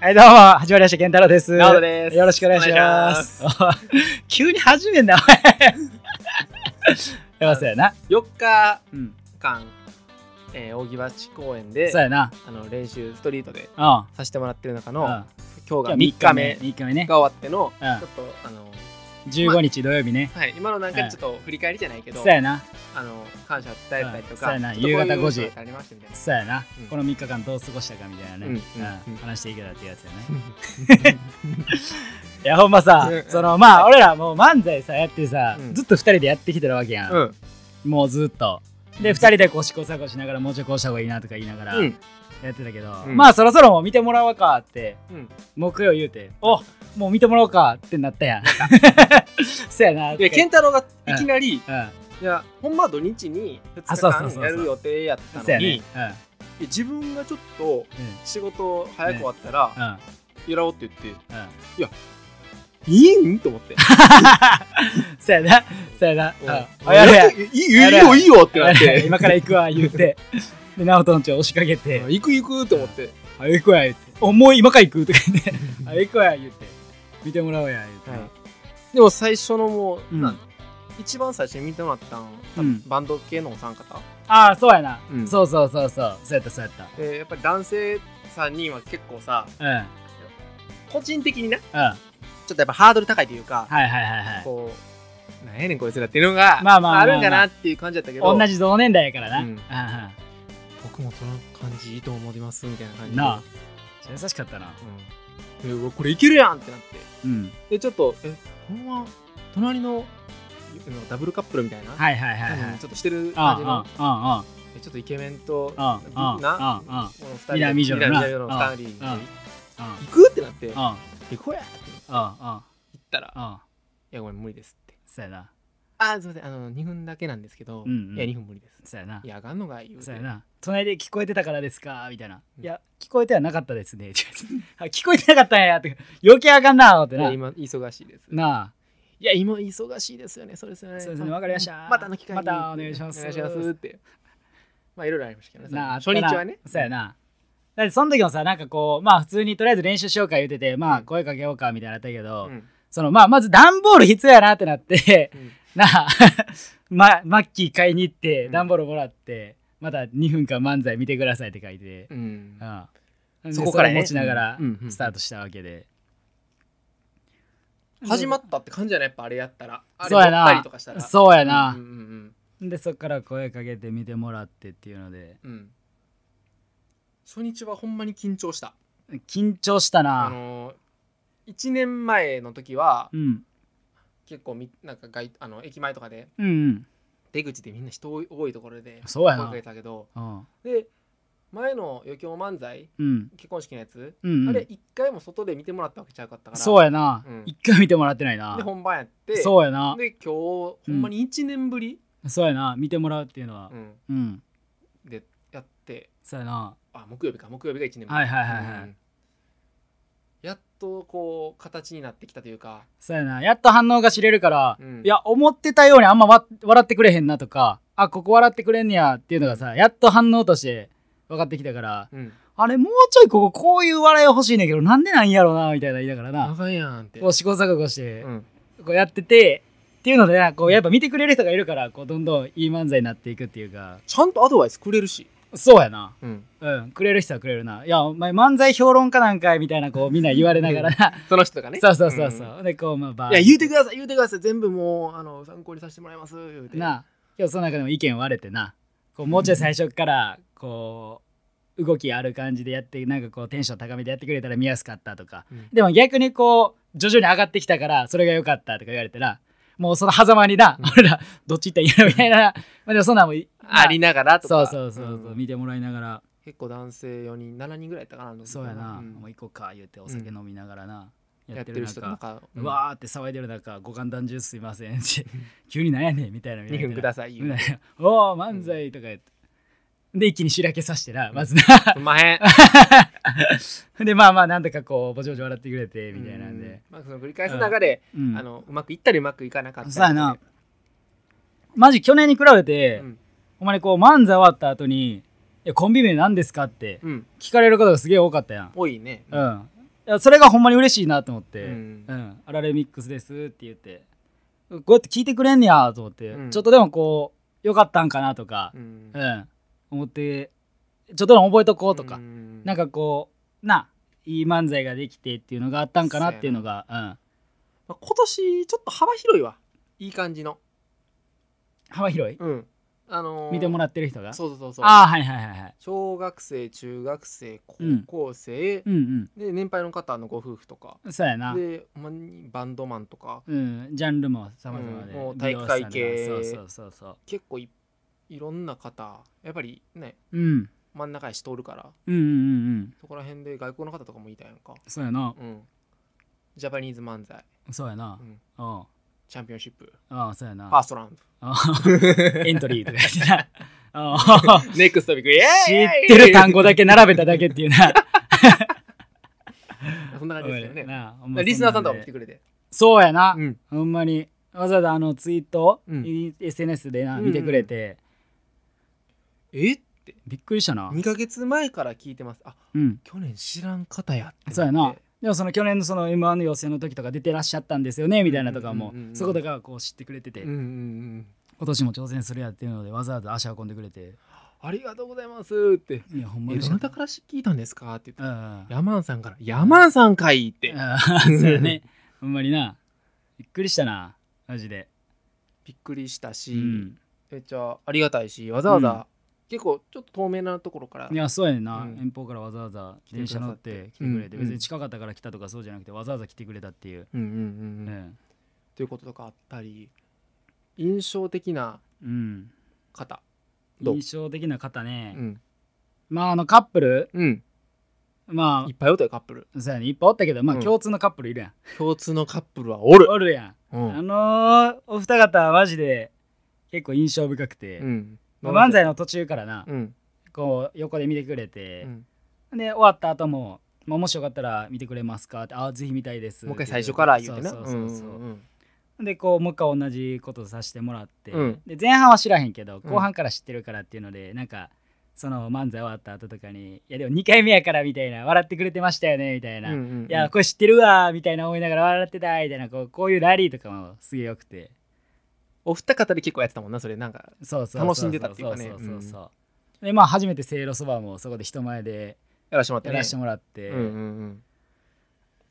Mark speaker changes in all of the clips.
Speaker 1: はい、どうも、始まりました、健太郎です。
Speaker 2: なおです。
Speaker 1: よろしくお願いします。 急に始めんな、お前。 やばそうやな。
Speaker 2: 4日
Speaker 1: うん。
Speaker 2: 間、えー、扇橋公園で
Speaker 1: そうやな。
Speaker 2: あの練習ストリートで
Speaker 1: うん。うん
Speaker 2: させてもらってる中の、
Speaker 1: 今
Speaker 2: 今日が3日目
Speaker 1: 3日目ね。
Speaker 2: が終わっての、
Speaker 1: うん
Speaker 2: ちょっとあの、
Speaker 1: 15日土曜日ね。
Speaker 2: はい、今のなんかちょっと振り返りじゃないけど、
Speaker 1: そうやな。
Speaker 2: あの感謝伝えたりと
Speaker 1: そうや
Speaker 2: か、
Speaker 1: な
Speaker 2: ちょっとこういう
Speaker 1: 夕方5時
Speaker 2: ことがありましたみたいな。
Speaker 1: そうやな
Speaker 2: うん。
Speaker 1: この3日間どう過ごしたかみたいなね。
Speaker 2: う
Speaker 1: う
Speaker 2: んうん
Speaker 1: ん
Speaker 2: うん
Speaker 1: 話していけたらってやつやね。 いや、ほんまさ
Speaker 2: うん、
Speaker 1: その、まあ、俺らもう漫才さ、やってさ
Speaker 2: う、ん
Speaker 1: ずっと2人でやってきてるわけや。
Speaker 2: うんん、
Speaker 1: もうずっと。で、2人でこう試行錯誤しながら、もうちょいこうした方がいいなとか言いながら。
Speaker 2: うん、
Speaker 1: やってたけど、
Speaker 2: うん
Speaker 1: まあそろそろもう見てもらおうかって
Speaker 2: うん、
Speaker 1: 木曜言うて「おもう見てもらおうか」ってなったやん。そやな。
Speaker 2: で健太郎がいきなり、
Speaker 1: うん。
Speaker 2: いやほんま土日に
Speaker 1: あそうそうそうそう
Speaker 2: 2日間やる予定やった
Speaker 1: そや
Speaker 2: のに、
Speaker 1: ね。
Speaker 2: 自分がちょっと
Speaker 1: うん。
Speaker 2: 仕事早く終わったら、
Speaker 1: うん。うん。
Speaker 2: やろうって言って
Speaker 1: うん。
Speaker 2: いいんと思って。
Speaker 1: そやな。そやな。うん。あやる
Speaker 2: れ
Speaker 1: やん
Speaker 2: いいいいよいいよってな
Speaker 1: や
Speaker 2: っ
Speaker 1: るやん
Speaker 2: て
Speaker 1: 今から行くわ言う て。で、直人のちを押しかけて、
Speaker 2: 行く行くと思って
Speaker 1: あ、行くわ言うて、お、もう今から行くとか言 って、あ、行くわ言うて、見てもらおうや言うて。
Speaker 2: でも最初のもう、
Speaker 1: うん
Speaker 2: なん一番最初に見てもらったん多
Speaker 1: うん
Speaker 2: 分バンド系のお三方、
Speaker 1: ああ、そうやな。
Speaker 2: うん
Speaker 1: そうそうそうそう。そうやったそうやっ
Speaker 2: でやっぱり男性3人は結構さ
Speaker 1: た。うん。うん。
Speaker 2: 個人的になちょ
Speaker 1: はい
Speaker 2: っとやっぱハードル高いというか、
Speaker 1: はいはいはい。
Speaker 2: こうなんやねんこいつらっていうのが、
Speaker 1: まあまあまあまあ
Speaker 2: あるんかなっていう感じだったけど
Speaker 1: 同じ同年代やからな。
Speaker 2: う
Speaker 1: うんんうん
Speaker 2: 僕もその感じいいと思いますみたいな感じで
Speaker 1: なあ、優しかったな。
Speaker 2: うんでうわこれいけるやんってなって
Speaker 1: うん。
Speaker 2: でちょっとえほんま隣ののダブルカップルみたいな、
Speaker 1: はいはいはいは
Speaker 2: 多
Speaker 1: い。
Speaker 2: 分ちょっとしてる
Speaker 1: あ
Speaker 2: 感じの
Speaker 1: あ、あ
Speaker 2: えちょっとイケメンと
Speaker 1: あ、ああ、
Speaker 2: な
Speaker 1: ああ、
Speaker 2: この二人
Speaker 1: 南女のな
Speaker 2: 南女の二人
Speaker 1: ああああ
Speaker 2: 行くってなって
Speaker 1: あ、
Speaker 2: 行こうやって言
Speaker 1: ああ、
Speaker 2: ったら
Speaker 1: ああ、
Speaker 2: いやごめん無理ですって
Speaker 1: そうやな。
Speaker 2: あーすいませんあの2分だけなんですけど
Speaker 1: うんうん
Speaker 2: いや2分無理です。
Speaker 1: そうやない
Speaker 2: やあかんのが言うて
Speaker 1: そうやな。隣で聞こえてたからですかみたいな。
Speaker 2: うん
Speaker 1: いや、聞こえてはなかったですね。あ聞こえてなかったんや。って余計あかんな、思って
Speaker 2: いや
Speaker 1: な。
Speaker 2: 今忙しいです
Speaker 1: なあ。
Speaker 2: いや今忙しいですよねそうですよね
Speaker 1: そうですねわかりました
Speaker 2: またの機会
Speaker 1: ま
Speaker 2: に
Speaker 1: たお願いします
Speaker 2: お願いしますってまあいろいろありましたけどね
Speaker 1: なあ、
Speaker 2: 初日はね
Speaker 1: あったなそうやな。だってその時もさ、なんかこう、まあ普通にとりあえず練習しようか言うてて、まあ声かけようかみたいなのあったけど、
Speaker 2: うん
Speaker 1: そのまあまず段ボール必要やなってなって、
Speaker 2: うん
Speaker 1: なあ、 ま、マッキー買いに行って、
Speaker 2: うん
Speaker 1: 段ボールもらって、また2分間漫才見てくださいって書いて、
Speaker 2: うん
Speaker 1: ああ
Speaker 2: そこから
Speaker 1: で
Speaker 2: ね
Speaker 1: れを持ちながら
Speaker 2: うんうんうん
Speaker 1: スタートしたわけで。
Speaker 2: 始まったって感じやなやっぱあれやったらあれ
Speaker 1: そう
Speaker 2: や
Speaker 1: や
Speaker 2: ったりとかした
Speaker 1: な。
Speaker 2: ら
Speaker 1: そうや
Speaker 2: う
Speaker 1: な。
Speaker 2: んうん
Speaker 1: で、そっから声かけて見てもらってっていうので、
Speaker 2: うんうん初日はほんまに緊張した
Speaker 1: 緊張した
Speaker 2: あ
Speaker 1: な。
Speaker 2: の1年前の時は
Speaker 1: うん。
Speaker 2: 結構みなんか外あの駅前とかで
Speaker 1: うんうん。
Speaker 2: 出口でみんな人多い多いところで
Speaker 1: そうや
Speaker 2: 声
Speaker 1: な
Speaker 2: かけたけど
Speaker 1: うん。
Speaker 2: で前の余興漫才
Speaker 1: うん。
Speaker 2: 結婚式のやつ
Speaker 1: うん、
Speaker 2: あれ1回も外で見てもらったわけちゃうかったから
Speaker 1: そうやな
Speaker 2: うん。
Speaker 1: 一、回見てもらってないな
Speaker 2: で。本番やって
Speaker 1: そうやな。
Speaker 2: で今日ほんまに1年ぶり、
Speaker 1: そうやな。見てもらうっていうのは。
Speaker 2: うん
Speaker 1: うん。
Speaker 2: でやって
Speaker 1: そうやな。
Speaker 2: あ木曜日か木曜日が1年ぶり
Speaker 1: はいはいはいはい
Speaker 2: うんやっとこう形になってきたというか、
Speaker 1: そうやな。やっと反応が知れるから、
Speaker 2: うん
Speaker 1: いや、思ってたようにあんまわ笑ってくれへんなとか、あ、ここ笑ってくれんねやっていうのがさ、やっと反応として分かってきたから、
Speaker 2: うん、
Speaker 1: あれ、もうちょいこここういう笑い欲しいねんけど、なんでなんやろな、みたいな言いながら
Speaker 2: あ
Speaker 1: な。
Speaker 2: かんやんって
Speaker 1: こう試行錯誤して
Speaker 2: う、ん
Speaker 1: こうやってて、っていうのでな、こうやっぱ見てくれる人がいるから、こうどんどんいい漫才になっていくっていうか、
Speaker 2: ちゃんとアドバイスくれるし、
Speaker 1: そうやな。
Speaker 2: うん、
Speaker 1: うん、くれる人はくれるな。いや、お前漫才評論家なんかいみたいな、こう、みんな言われながらな。
Speaker 2: その人が ね
Speaker 1: そうそうそうそうう。で、こう、まあ、ば
Speaker 2: んいや言うてください言うてください全部もうあの参考にさせてもらいます言うて
Speaker 1: なあ、今日その中でも意見割れてな。こう、もうちょい最初っから、こう、動きある感じでやって、なんかこう、テンション高めでやってくれたら見やすかったとか。
Speaker 2: うん
Speaker 1: でも逆にこう、徐々に上がってきたから、それが良かったとか言われてな。もうその狭間にな、
Speaker 2: うん
Speaker 1: 俺ら、どっち行ったらいいのみたいな。 まあでもそんなんもい、
Speaker 2: ありながらと
Speaker 1: そ
Speaker 2: か
Speaker 1: うそうそうそう、
Speaker 2: ん
Speaker 1: 見てもらいながら、
Speaker 2: 結構男性4人7人ぐらいやったかなあの時
Speaker 1: そうやな、
Speaker 2: ん
Speaker 1: もう行こうか言ってお酒飲みながらな、
Speaker 2: やってる人の中
Speaker 1: うわーって騒いでる中、五感断中すいませんって、 急になんやねんみたいな。
Speaker 2: 2分ください
Speaker 1: み
Speaker 2: 言
Speaker 1: た
Speaker 2: う
Speaker 1: い
Speaker 2: て
Speaker 1: な。 おー、漫才とか言って。で、一気にしらけさしてな、まずな。
Speaker 2: すんま へん
Speaker 1: で、まあまあ、なんとかこう、ぼちぼち笑ってくれて、みたいなん
Speaker 2: うん
Speaker 1: で。
Speaker 2: まあその繰り返す中で
Speaker 1: うん
Speaker 2: あのうまくいったりうまくいかなかったり
Speaker 1: そ
Speaker 2: と
Speaker 1: うや
Speaker 2: かで
Speaker 1: な。マジ、去年に比べて
Speaker 2: う、ん
Speaker 1: お前こう、漫才終わった後に、いや、コンビ名何ですかって
Speaker 2: うん
Speaker 1: 聞かれることがすげえ多かったやん。
Speaker 2: 多いね
Speaker 1: うん。やそれがほんまに嬉しいなと思って「う
Speaker 2: うんん、
Speaker 1: アラレミックスです」って言ってこうやって聞いてくれんねやと思って、
Speaker 2: うん
Speaker 1: ちょっとでもこうよかったんかなとか、
Speaker 2: うん
Speaker 1: うん思ってちょっとでも覚えとこうとか、
Speaker 2: うん
Speaker 1: なんかこうないい漫才ができてっていうのがあったんかなっていうのがうん、
Speaker 2: まあ今年ちょっと幅広いわいい感じの
Speaker 1: 幅広い、
Speaker 2: うんあのー
Speaker 1: 見てもらってる人が
Speaker 2: そうそうそうそう
Speaker 1: ああはいはいはいはい
Speaker 2: 小学生中学生高
Speaker 1: うん
Speaker 2: 校生、
Speaker 1: うん
Speaker 2: で年配の方のご夫婦とか
Speaker 1: うんそうやな
Speaker 2: でほんまにバンドマンとか
Speaker 1: うん、ジャンルも様々で、
Speaker 2: うんもう
Speaker 1: 美容師さんとか
Speaker 2: 体育会系
Speaker 1: そうそうそうそ
Speaker 2: 結構いいろんな方やっぱりね
Speaker 1: う、うん、
Speaker 2: 真ん中やし通るから
Speaker 1: うんうんうんうん
Speaker 2: そこら辺で外国の方とかもいたやんか
Speaker 1: そうやな
Speaker 2: うんジャパニーズ漫才、
Speaker 1: そうやな
Speaker 2: うん
Speaker 1: うんあ
Speaker 2: チャンピオンシップ
Speaker 1: あそうやな
Speaker 2: ファーストラウン
Speaker 1: うんエントリー とか言って なうん
Speaker 2: ドネクストビッグイエ
Speaker 1: 知
Speaker 2: ー
Speaker 1: っ
Speaker 2: イ
Speaker 1: てる単語だけ並べただけっていうな
Speaker 2: そんな感じで すよねだか
Speaker 1: なあほんまそんなんで
Speaker 2: らリスナーさんとかも来てくれて
Speaker 1: そうやな、
Speaker 2: うん
Speaker 1: ほんまにわざわざあのツイート、
Speaker 2: うん
Speaker 1: い SNS でな
Speaker 2: うん
Speaker 1: 見てくれて、
Speaker 2: えって
Speaker 1: びっくりしたな
Speaker 2: 2ヶ月前から聞いてますあ
Speaker 1: うん
Speaker 2: 去年知らん方やってなって
Speaker 1: そうやなでもその去年のその m 1の予選の時とか出てらっしゃったんですよねみたいなとかも、
Speaker 2: うんうんうんうん
Speaker 1: そことかはこう知ってくれてて、
Speaker 2: うんうんうん
Speaker 1: 今年も挑戦するやっていうのでわざわざ足運んでくれて
Speaker 2: ありがとうございますって
Speaker 1: いやほんま
Speaker 2: え
Speaker 1: に
Speaker 2: どなたから聞いたんですかって言っ
Speaker 1: うん
Speaker 2: た
Speaker 1: うん
Speaker 2: ヤマンさんから「ヤマンさんかい!」って
Speaker 1: あーそうやね ほんまになびっくりしたなマジで
Speaker 2: びっくりしたし、
Speaker 1: うん
Speaker 2: めっちゃありがたいしわざわざ、結構ちょっと透明なところから
Speaker 1: いやそうやねんな、
Speaker 2: うん
Speaker 1: 遠方からわざわざ
Speaker 2: 来てく
Speaker 1: 電
Speaker 2: ださ
Speaker 1: 車
Speaker 2: って
Speaker 1: 乗って来てくれて、
Speaker 2: うん
Speaker 1: 別に近かったから来たとかそうじゃなくてわざわざ来てくれたっていう、
Speaker 2: うんうん
Speaker 1: う
Speaker 2: うんうん
Speaker 1: ん
Speaker 2: ということとかあったり印象的な
Speaker 1: うん
Speaker 2: 方どう
Speaker 1: 印象的な方ね、
Speaker 2: うん、
Speaker 1: まああのカップル
Speaker 2: うん、
Speaker 1: ま
Speaker 2: いっぱいおったよカップル
Speaker 1: あそうやねいっぱいおったけどまあ
Speaker 2: うん
Speaker 1: 共通のカップルいるやん、
Speaker 2: 共通のカップルはおる、
Speaker 1: おるやん、
Speaker 2: うん
Speaker 1: あのーお二方はマジで結構印象深くて、
Speaker 2: うん
Speaker 1: まあ漫才の途中からな、
Speaker 2: うん
Speaker 1: こう横で見てくれて
Speaker 2: う、ん
Speaker 1: で終わった後も、まあ、もしよかったら見てくれますかってああぜひ見たいです
Speaker 2: もう一回最初から言うてな
Speaker 1: そうそうそうそう、
Speaker 2: うん
Speaker 1: でこうもう一回同じことさせてもらって、
Speaker 2: うん
Speaker 1: で前半は知らへんけど
Speaker 2: うん
Speaker 1: 後半から知ってるからっていうので、なんかその漫才終わった後とかに「いやでも2回目やから」みたいな「笑ってくれてましたよね」みたい
Speaker 2: うん
Speaker 1: な「
Speaker 2: うんうん
Speaker 1: いやこれ知ってるわ」みたいな思いながら笑ってたみたいなこうこういうラリーとかもすげえよくて
Speaker 2: お二方で結構やってたもんなそれなんか
Speaker 1: そうそうそうそう
Speaker 2: 楽しんでたっていうかね
Speaker 1: そうそうそうそうでまあ初めてせいろそばもそこで人前で
Speaker 2: やらしてもらって
Speaker 1: や
Speaker 2: ね
Speaker 1: らしてもらって、
Speaker 2: うんうん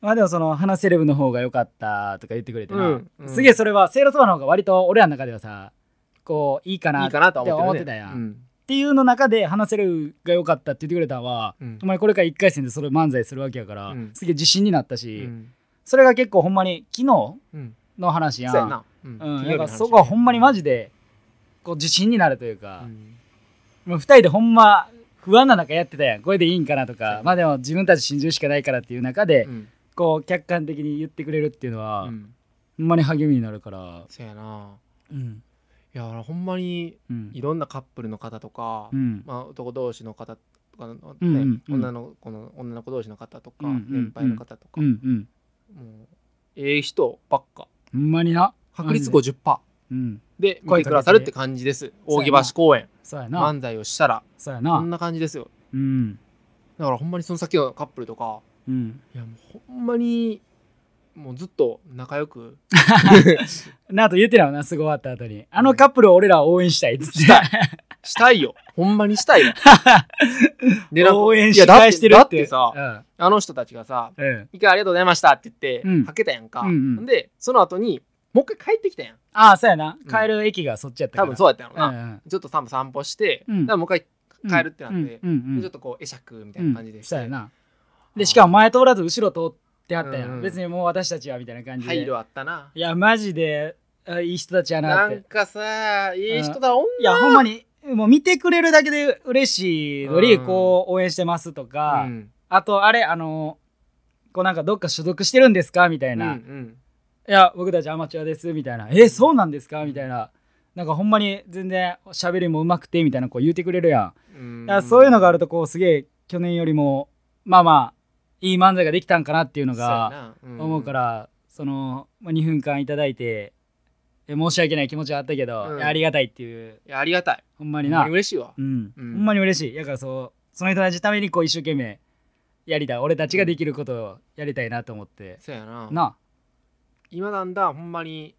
Speaker 1: まあでもその「花セレブの方が良かった」とか言ってくれてな、
Speaker 2: うんうん
Speaker 1: すげえそれはせいろそばの方が割と俺らの中ではさこういいか
Speaker 2: うんい
Speaker 1: ないって
Speaker 2: かなとは
Speaker 1: 思
Speaker 2: 思
Speaker 1: っ
Speaker 2: ってて
Speaker 1: た
Speaker 2: た
Speaker 1: や
Speaker 2: よ
Speaker 1: ん
Speaker 2: ねうん
Speaker 1: っていうの中で「話せる」が良かったって言ってくれたのは、
Speaker 2: うん
Speaker 1: お前これから1回戦でそれ漫才するわけやから、
Speaker 2: うん
Speaker 1: すげえ自信になったし、
Speaker 2: うん
Speaker 1: それが結構ほんまに昨日
Speaker 2: うん
Speaker 1: の話や
Speaker 2: そ
Speaker 1: ん
Speaker 2: うやなうん
Speaker 1: うん、
Speaker 2: 金
Speaker 1: や
Speaker 2: 曜
Speaker 1: っ
Speaker 2: 日の
Speaker 1: ぱ
Speaker 2: 話
Speaker 1: そこはほんまにマジでこう自信になるというか
Speaker 2: う、ん
Speaker 1: もう2人でほんま不安な中やってたやんこれでいいんかなと
Speaker 2: そうや
Speaker 1: か
Speaker 2: な
Speaker 1: まあでも自分たち信じるしかないからっていう中で、
Speaker 2: うん
Speaker 1: こう客観的に言ってくれるっていうのは、
Speaker 2: うん
Speaker 1: ほんまに励みになるから
Speaker 2: そうやな
Speaker 1: うん
Speaker 2: いやほんまに
Speaker 1: うん
Speaker 2: いろんなカップルの方とか、
Speaker 1: うん
Speaker 2: まあ、男同士の方とかの、ね
Speaker 1: うんうんうん
Speaker 2: 女の子の女の子同士の方と
Speaker 1: う
Speaker 2: か、
Speaker 1: んうんうん
Speaker 2: 年配の方とか、
Speaker 1: うんうん
Speaker 2: もうええ人ばっか
Speaker 1: ほんまにな
Speaker 2: 確率50%
Speaker 1: うん
Speaker 2: で見
Speaker 1: 声かけ
Speaker 2: て
Speaker 1: て
Speaker 2: くださるって感じです
Speaker 1: そう
Speaker 2: 扇
Speaker 1: やな
Speaker 2: 橋公演
Speaker 1: そうやな
Speaker 2: 漫才をしたら
Speaker 1: そうや
Speaker 2: こ
Speaker 1: なん
Speaker 2: な感じですよ
Speaker 1: うん
Speaker 2: だからほんまにその先のカップルとか
Speaker 1: うん
Speaker 2: いやもうほんまにもうずっと仲 良く
Speaker 1: なあと言ってたよなすぐ終わった後にあのカップルを俺らは応援したいっつって
Speaker 2: したいよほんまにした いよでなんか
Speaker 1: 応援
Speaker 2: い
Speaker 1: し
Speaker 2: やだ
Speaker 1: 返してるって
Speaker 2: だってさあの人たちは
Speaker 1: うんうん
Speaker 2: 一回ありがとうございましたって言って、
Speaker 1: うん
Speaker 2: はけたやんか、
Speaker 1: うんうん
Speaker 2: でその後にもう一回帰ってきたやん
Speaker 1: ああそうやな
Speaker 2: うん
Speaker 1: 帰る駅がそっちやったか
Speaker 2: 多
Speaker 1: ら
Speaker 2: 分そうやったやろな、
Speaker 1: うん
Speaker 2: ちょっと多分散歩して、
Speaker 1: うん
Speaker 2: だからもう一
Speaker 1: うん
Speaker 2: 回帰るってなって、
Speaker 1: うんうんうん
Speaker 2: でちょっとこう会釈みたいな感じで
Speaker 1: うん
Speaker 2: して、
Speaker 1: そうやなでしかも前通らず後ろ通ってあったや
Speaker 2: うんうんん
Speaker 1: 別にもう私たちはみたいな感じで
Speaker 2: 配慮あったない
Speaker 1: やマジであいい人たちやな
Speaker 2: な
Speaker 1: って
Speaker 2: んかさいい人だ女
Speaker 1: いやほんまにもう見てくれるだけで嬉しいのに、
Speaker 2: うん
Speaker 1: こう応援してますとか、
Speaker 2: うん
Speaker 1: あとあれあのこうなんかどっか所属してるんですかみたい
Speaker 2: うんう
Speaker 1: な、い
Speaker 2: ん
Speaker 1: や僕たちアマチュアですみたいなえそうなんですかみたいななんかほんまに全然喋りもうまくてみたいなこう言うてくれるや
Speaker 2: うん
Speaker 1: ん、いやそういうのがあるとこうすげえ去年よりもまあまあいい漫才ができたんかなっていうのが
Speaker 2: そうやな
Speaker 1: 思うから、その、まあ、2分間いただいてえ申し訳ない気持ちはあったけど、
Speaker 2: うん
Speaker 1: いやありがたいっていう
Speaker 2: いやありがたい
Speaker 1: ほんま
Speaker 2: ほ
Speaker 1: に
Speaker 2: ん
Speaker 1: な
Speaker 2: まに嬉しいわ
Speaker 1: うん、
Speaker 2: うん
Speaker 1: ほんまに嬉しい。やからそう、その人たちのためにこう一生懸命やりたい俺たちができることをやりたいなと思って
Speaker 2: そうやな
Speaker 1: なあ
Speaker 2: 今なんだほんまに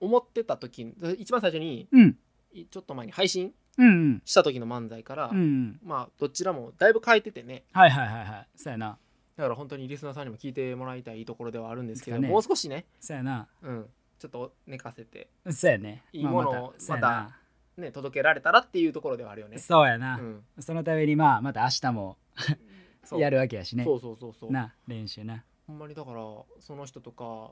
Speaker 2: 思ってた時一番最初に
Speaker 1: うん
Speaker 2: いちょっと前に配信
Speaker 1: うんうん
Speaker 2: した時の漫才から、
Speaker 1: うんうん
Speaker 2: まあどちらもだいぶ変えててね
Speaker 1: はいはいはいはいそうやな
Speaker 2: だから本当にリスナーさんにも聞いてもらいたいところではあるんですけど
Speaker 1: ですかね
Speaker 2: もう少しね、
Speaker 1: そうやな
Speaker 2: うん、ちょっと寝かせて、
Speaker 1: そうやね
Speaker 2: いいものを
Speaker 1: まあ
Speaker 2: また
Speaker 1: そうやな
Speaker 2: ね、届けられたらっていうところではあるよね。
Speaker 1: そうやな
Speaker 2: うん
Speaker 1: そのためにまあまた明日も
Speaker 2: そう
Speaker 1: やるわけやしね
Speaker 2: そうそうそうそう
Speaker 1: な練習な
Speaker 2: ほんまにだからその人とか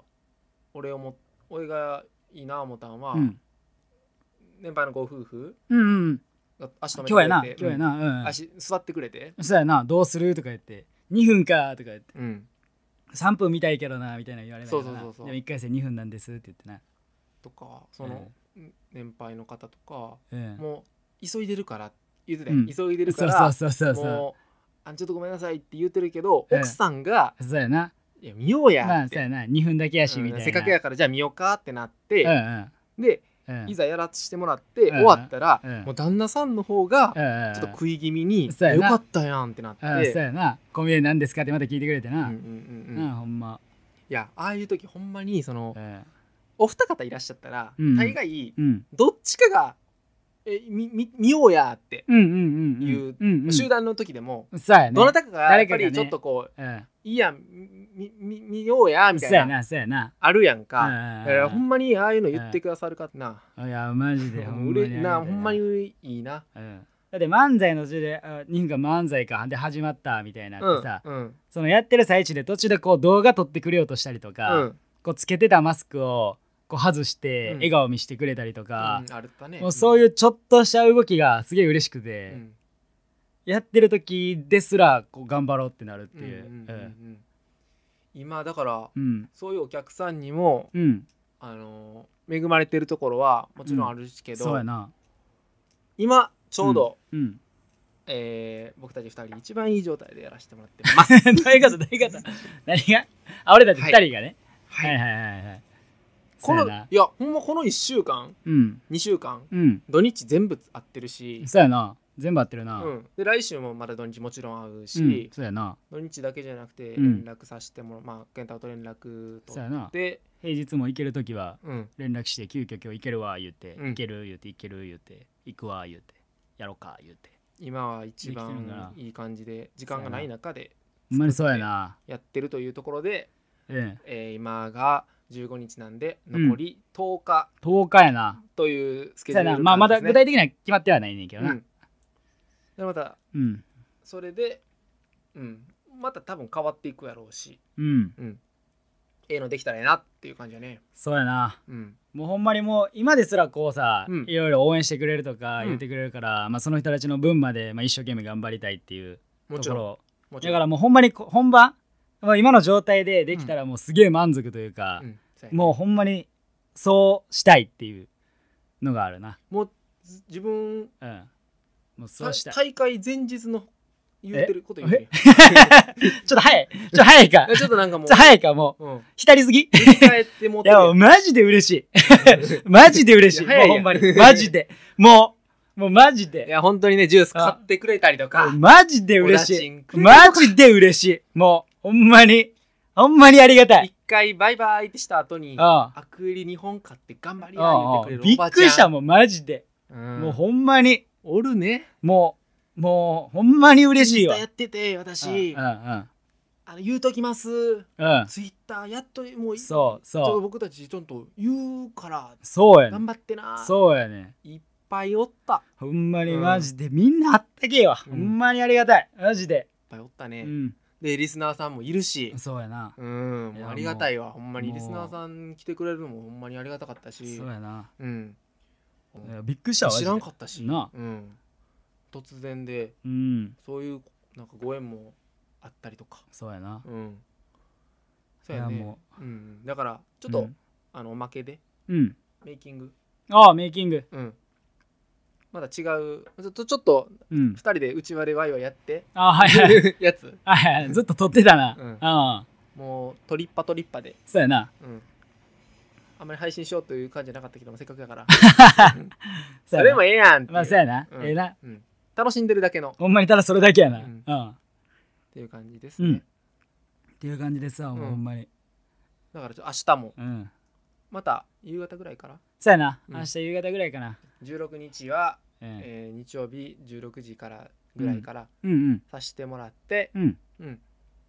Speaker 2: 俺をも俺がいいな思ったんは、
Speaker 1: うん
Speaker 2: 年配のご夫婦
Speaker 1: うんうん
Speaker 2: が足止め
Speaker 1: 今
Speaker 2: て
Speaker 1: 日や
Speaker 2: くれて
Speaker 1: な今日やなうん
Speaker 2: うん足座ってくれて、
Speaker 1: そうやなどうするとか言って2分かとか言って
Speaker 2: うん、
Speaker 1: 3分見たいけどなみたいな言われないからな
Speaker 2: そうそうそうそう
Speaker 1: でも1回戦2分なんですって言ってな
Speaker 2: とかその、年配の方とか
Speaker 1: うん
Speaker 2: もう急いでるから言ってたやん
Speaker 1: うん
Speaker 2: 急いでるか
Speaker 1: そう
Speaker 2: ら
Speaker 1: そうそうそうそ
Speaker 2: もうあちょっとごめんなさいって言ってるけど、
Speaker 1: うん
Speaker 2: 奥さんが
Speaker 1: うそうやな
Speaker 2: 「いや見ようや」
Speaker 1: ま
Speaker 2: っ
Speaker 1: あそう
Speaker 2: て、
Speaker 1: やな2分だけやし
Speaker 2: うん
Speaker 1: みたいな
Speaker 2: せっかくやからじゃあ見ようかってなって、で
Speaker 1: うんうんうん
Speaker 2: いざやらしてもらっ
Speaker 1: うん
Speaker 2: て、終わったら、
Speaker 1: うん
Speaker 2: もう旦那さんの方が、
Speaker 1: うんうん
Speaker 2: ちょっと食い気味に「
Speaker 1: そうや
Speaker 2: よ
Speaker 1: な
Speaker 2: かったやん」ってなって、
Speaker 1: うんそうやなコンビニ何ですかってまた聞いてくれて
Speaker 2: うんう
Speaker 1: なん
Speaker 2: うんうん
Speaker 1: うんほんま
Speaker 2: いやああいう時ほんまにその
Speaker 1: うん
Speaker 2: お二方いらっしゃったら、
Speaker 1: うん
Speaker 2: 大概
Speaker 1: うん
Speaker 2: どっちかが「えみみ見ようや」って、
Speaker 1: うんうんうん
Speaker 2: いうん
Speaker 1: うん
Speaker 2: 集団の時でも、
Speaker 1: そうやね
Speaker 2: どなたかがやっぱ
Speaker 1: 誰かが
Speaker 2: り
Speaker 1: ね
Speaker 2: ちょっとこう
Speaker 1: うん
Speaker 2: 「いいやんみみ見ようや」みた
Speaker 1: そ
Speaker 2: いう
Speaker 1: や
Speaker 2: な
Speaker 1: なそうやな
Speaker 2: あるやんか。
Speaker 1: うん
Speaker 2: だからほんまにああいうの言ってくださるかってな。
Speaker 1: いやマジでほんま
Speaker 2: うれ
Speaker 1: に
Speaker 2: なほんまにいいな。
Speaker 1: うんだって漫才の途中であ2分間漫才かで始まったみたいなってさ、
Speaker 2: うんうん
Speaker 1: そのやってる最中で途中でこう動画撮ってくれようとしたりと
Speaker 2: う
Speaker 1: か、
Speaker 2: んうん
Speaker 1: こうつけてたマスクをこう外して
Speaker 2: うん
Speaker 1: 笑顔見してくれたりと
Speaker 2: あ
Speaker 1: か、
Speaker 2: るったね。
Speaker 1: もうそういうちょっとした動きがすげえ嬉しくて、
Speaker 2: うん
Speaker 1: やってる時ですらこう頑張ろうってなるって
Speaker 2: うんうん
Speaker 1: いう。
Speaker 2: うんうん今だから
Speaker 1: うん
Speaker 2: そういうお客さんにも
Speaker 1: うん、
Speaker 2: あの恵まれてるところはもちろんあるけ
Speaker 1: そうや
Speaker 2: ど
Speaker 1: な。
Speaker 2: 今ちょうど
Speaker 1: うん。。
Speaker 2: えー僕たち二人一番いい状態でやらせてもらってま す
Speaker 1: どういうことどういうこと何があ、俺たち二人がね。
Speaker 2: は
Speaker 1: はい
Speaker 2: い
Speaker 1: はいはいはい。
Speaker 2: この
Speaker 1: そうやない
Speaker 2: やほんまこの1週間
Speaker 1: うん。
Speaker 2: 2週間
Speaker 1: うん。
Speaker 2: 土日全部合ってるし、
Speaker 1: そうやな。全部合ってるな。
Speaker 2: う
Speaker 1: うん。
Speaker 2: ん、で来週もまだ土日もちろん会うし、
Speaker 1: そうやな。
Speaker 2: 土日だけじゃなくて
Speaker 1: うん
Speaker 2: 連絡させてもらう、まあ健太と連絡
Speaker 1: そう
Speaker 2: 取
Speaker 1: やな
Speaker 2: っ。て
Speaker 1: 平日も行ける時は
Speaker 2: うん
Speaker 1: 連絡して急遽今日行けるわ言うて、
Speaker 2: うん
Speaker 1: 行ける言うて行ける言うて行くわ言うてやろうか言うて
Speaker 2: 今は一
Speaker 1: できてるんか
Speaker 2: 番
Speaker 1: ない
Speaker 2: い感じで時間がない中で
Speaker 1: ほんまにそうやな
Speaker 2: やってるというところで、
Speaker 1: うん
Speaker 2: えー今が15日なんで
Speaker 1: うん
Speaker 2: 残り10日
Speaker 1: 10日やな
Speaker 2: というス
Speaker 1: そ
Speaker 2: ケ
Speaker 1: う
Speaker 2: ジュ
Speaker 1: や
Speaker 2: ー
Speaker 1: な
Speaker 2: ル
Speaker 1: まあまだ具
Speaker 2: 的
Speaker 1: 体的には決まってはないねんけど
Speaker 2: な、
Speaker 1: な
Speaker 2: うんでまた
Speaker 1: うん
Speaker 2: それで、うん、また多分変わっていくやろうし、
Speaker 1: うん、
Speaker 2: うん、ええのできたらええなっていう感じだね。
Speaker 1: そうやな
Speaker 2: うん
Speaker 1: もうほんまにもう今ですらこうさ、
Speaker 2: うん
Speaker 1: いろいろ応援してくれるとか
Speaker 2: うん
Speaker 1: 言ってくれるから、まあ、その人たちの分まで、まあ、一生懸命頑張りたいっていう
Speaker 2: もち
Speaker 1: とこ
Speaker 2: ろん
Speaker 1: ろ
Speaker 2: もち
Speaker 1: だ
Speaker 2: ろん
Speaker 1: からもうほんまにこ本番、まあ、今の状態でできたらもうすげえ満足というか、
Speaker 2: うんそうや
Speaker 1: もうほんまにそうしたいっていうのがあるな。
Speaker 2: もう自分
Speaker 1: うん。もうそうしたい。ちょ
Speaker 2: 大会前日の言ってること言うて
Speaker 1: っと早い。ちょっと早いか。ちょ
Speaker 2: るちょっとなんかも
Speaker 1: っ
Speaker 2: う
Speaker 1: と早いか、もう。
Speaker 2: うん
Speaker 1: 浸りすぎ。 い
Speaker 2: 振り返ってもうて
Speaker 1: や、もうマジで嬉しい。マジで嬉しい。
Speaker 2: い
Speaker 1: もう
Speaker 2: や早いや
Speaker 1: ほんまに。マジで。もう、もうマジ
Speaker 2: い
Speaker 1: で。
Speaker 2: や本当にねジュース買ってくれたりとか
Speaker 1: マジで嬉
Speaker 2: お打
Speaker 1: し
Speaker 2: 診く
Speaker 1: い。
Speaker 2: れたり
Speaker 1: マ
Speaker 2: とか
Speaker 1: ジで嬉しい。もう、ほんまに。ほんまにありがたい。
Speaker 2: 一回バイバイってした後に
Speaker 1: ああ
Speaker 2: アクエリ2本買って頑張りや言
Speaker 1: あ
Speaker 2: っ
Speaker 1: あ
Speaker 2: てくれる
Speaker 1: び
Speaker 2: おば
Speaker 1: っ
Speaker 2: ちゃん
Speaker 1: くりしたもん、マジで。
Speaker 2: うん
Speaker 1: もうほんまに、
Speaker 2: おるね
Speaker 1: もう、もう、ほんまに嬉しいわ
Speaker 2: インスタや。ってて私
Speaker 1: うん
Speaker 2: あの言うときます
Speaker 1: うんうん。
Speaker 2: ツイッターやっとも
Speaker 1: う。
Speaker 2: うん
Speaker 1: そう
Speaker 2: ちょっと
Speaker 1: そう。
Speaker 2: 僕たちちょっと言うから
Speaker 1: そうやね
Speaker 2: 頑。張ってな
Speaker 1: そうやね。
Speaker 2: いっぱいおったいっ
Speaker 1: ほんまに
Speaker 2: うん
Speaker 1: マジで、みんなあったけえわ。
Speaker 2: うん
Speaker 1: ほんまにありがたい。マジで。
Speaker 2: ぱいおった
Speaker 1: う
Speaker 2: ね
Speaker 1: ん。
Speaker 2: でリスナーさんもいるし
Speaker 1: そうやな。
Speaker 2: うん、
Speaker 1: い
Speaker 2: も
Speaker 1: や
Speaker 2: うありがたいわほんまに
Speaker 1: もう
Speaker 2: リスナーさん来てくれるのもほんまにありがたかったし
Speaker 1: そうやな。
Speaker 2: うん
Speaker 1: いやびっくりしたわ。
Speaker 2: 知らん
Speaker 1: マ
Speaker 2: かったし
Speaker 1: な
Speaker 2: うん、突然で
Speaker 1: ジでうん。
Speaker 2: そういうなんかご縁もあったりとか
Speaker 1: そうやな。
Speaker 2: うんそうや
Speaker 1: いや
Speaker 2: ね
Speaker 1: も
Speaker 2: うん、だからちょっと、
Speaker 1: うん
Speaker 2: あのおまけで
Speaker 1: うん。
Speaker 2: メイキング、
Speaker 1: ああ、メイキング。
Speaker 2: うん、まだ違うちょっとちょっと
Speaker 1: うん
Speaker 2: 2。人でうちわでワイワイ やって
Speaker 1: ああ、はいはい。
Speaker 2: やつ
Speaker 1: はい はい。ずっと撮ってたな。
Speaker 2: うん
Speaker 1: ああ。
Speaker 2: もうトリッパトリッパで、
Speaker 1: そうやな。
Speaker 2: うん、あんまり配信しようという感じじゃなかったけどもせっかくだから
Speaker 1: そ
Speaker 2: そう
Speaker 1: や
Speaker 2: れ
Speaker 1: な
Speaker 2: もええやんっていう
Speaker 1: まあ、そうやな
Speaker 2: う。ん
Speaker 1: ええな。
Speaker 2: うん楽しんでるだけの
Speaker 1: ほんまにただそれだけやな。
Speaker 2: う
Speaker 1: うんん。
Speaker 2: っていう感じですね、
Speaker 1: うんっていう感じでさ、もううんほんまに
Speaker 2: だからちょっと明日も
Speaker 1: うん
Speaker 2: また夕方ぐらいから
Speaker 1: そうやな
Speaker 2: うん
Speaker 1: 明日夕方ぐらいかな、
Speaker 2: 16日は、
Speaker 1: うん
Speaker 2: えー日曜日16時からぐらいから
Speaker 1: うんうん
Speaker 2: させてもらって、
Speaker 1: うん
Speaker 2: うん、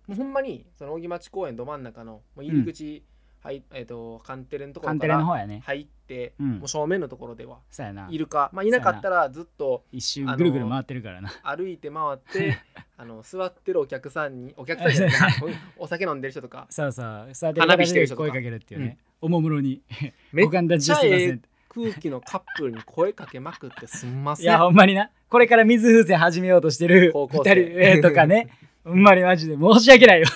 Speaker 2: もうほんまにその扇町公園ど真ん中のもう入り口、はいえー、とカンテレのとこ
Speaker 1: カ
Speaker 2: ろ
Speaker 1: ン
Speaker 2: か
Speaker 1: テレの
Speaker 2: ら
Speaker 1: 方やね
Speaker 2: 入って、
Speaker 1: うん
Speaker 2: もう正面のところでは
Speaker 1: そうやない
Speaker 2: るか、まあ、いなかったらずっと
Speaker 1: 一周ぐるぐる回ってるからな、
Speaker 2: 歩いて回って あの座ってるお客さんにお客さんじゃないなおお酒飲んでる人とか
Speaker 1: そうそうそうやって
Speaker 2: 花火してる人とか
Speaker 1: 声かけるっていうね、おもむろに
Speaker 2: めっ
Speaker 1: 股間立ちしてません
Speaker 2: 空気のカップルに声かけまくってすんませ
Speaker 1: いや
Speaker 2: ん
Speaker 1: ほんまになこれから水風船始めようとしてる
Speaker 2: 高
Speaker 1: 二
Speaker 2: 校
Speaker 1: 人
Speaker 2: 生
Speaker 1: えーとかねほんまにマジで申し訳ないわ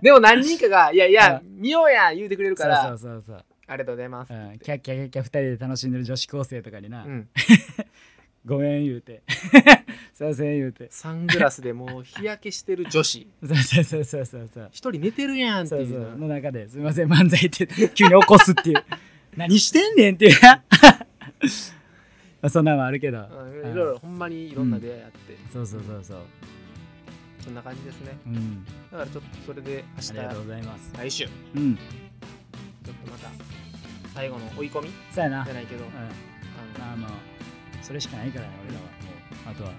Speaker 2: でも何人かが「いやいうや見ようや」言うてくれる
Speaker 1: そ
Speaker 2: か
Speaker 1: う
Speaker 2: ら
Speaker 1: そうそうそう、
Speaker 2: ありがとうございます、
Speaker 1: うん、キャッキャキャッキャ二人で楽しんでる女子高生とかにな、
Speaker 2: うん、
Speaker 1: ごめん言うて すいません言うて
Speaker 2: サングラスでもう日焼けしてる女子
Speaker 1: そうそうそうそうそうそう
Speaker 2: 一人寝てるやんって
Speaker 1: そう
Speaker 2: い
Speaker 1: そうう
Speaker 2: な
Speaker 1: の中ですいません漫才って急に起こす っていう何してんねんっていう なまあそんなんもあるけど、
Speaker 2: うんいろいろほんまにいろんな出会いあって、
Speaker 1: そうそうそうそう
Speaker 2: そんな感じですね
Speaker 1: うん
Speaker 2: だからちょっとそれで明
Speaker 1: ありがとう
Speaker 2: 日
Speaker 1: ございます
Speaker 2: 来週ちょ
Speaker 1: うん
Speaker 2: っとまた最後の追い込み
Speaker 1: そうやな
Speaker 2: じゃないけど
Speaker 1: うん
Speaker 2: あの
Speaker 1: まあまあそれしかないからね俺らはもうあとは、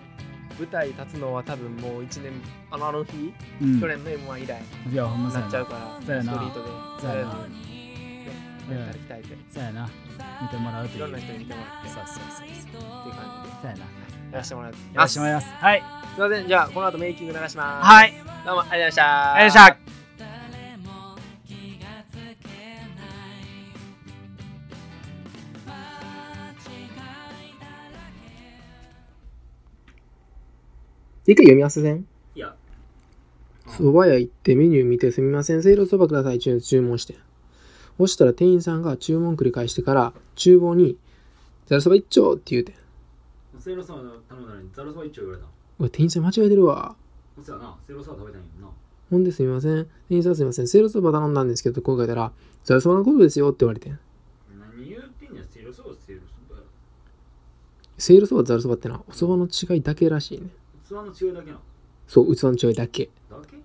Speaker 2: 舞台立つのは多分もう1年あのあの日、
Speaker 1: うん
Speaker 2: 去年の M1 以来
Speaker 1: いやほんまそう
Speaker 2: な
Speaker 1: や
Speaker 2: っちゃ
Speaker 1: な
Speaker 2: うから
Speaker 1: そう
Speaker 2: スト
Speaker 1: や
Speaker 2: リ
Speaker 1: な
Speaker 2: ートで
Speaker 1: そうやな
Speaker 2: とりあえずねメンタル鍛えて
Speaker 1: そうやな見てもらうという
Speaker 2: いろんな人に見てもらって
Speaker 1: そうそうそうそう
Speaker 2: っていう感じで
Speaker 1: そうやなよ
Speaker 2: やらせてもらいます
Speaker 1: ろしくお願いしますはい
Speaker 2: すいませんじゃあこの後メイキング流します
Speaker 1: はい
Speaker 2: どうもありがとうございました
Speaker 1: ありがとうございました
Speaker 3: 誰も気がつけない間違いだらけ
Speaker 2: 一回読み合わせせん
Speaker 1: いや
Speaker 2: 蕎麦屋行ってメニュー見てすみません、せいろそばください、注注文して。押したら店員さんが注文繰り返してから、厨房に、ざるそば一丁って言うてん。
Speaker 4: セイロサワー頼んだのにザルそば一丁言われた
Speaker 2: うわ店員さん間違えてるわ。
Speaker 4: そしたらなセイロサワー食べたいんやもんな
Speaker 2: ほんですみません。店員さんすみません、せいろそば頼んだんですけど、こう書いたら、ざるそばのことですよって言われてん。
Speaker 4: 何言ってんねんセイロサワーセイロサワー
Speaker 2: せいろそばざるそばってのは、おそばの違いだけらしいね。
Speaker 4: 器の違いだけな
Speaker 2: そう、器の違いだけ。
Speaker 4: だけ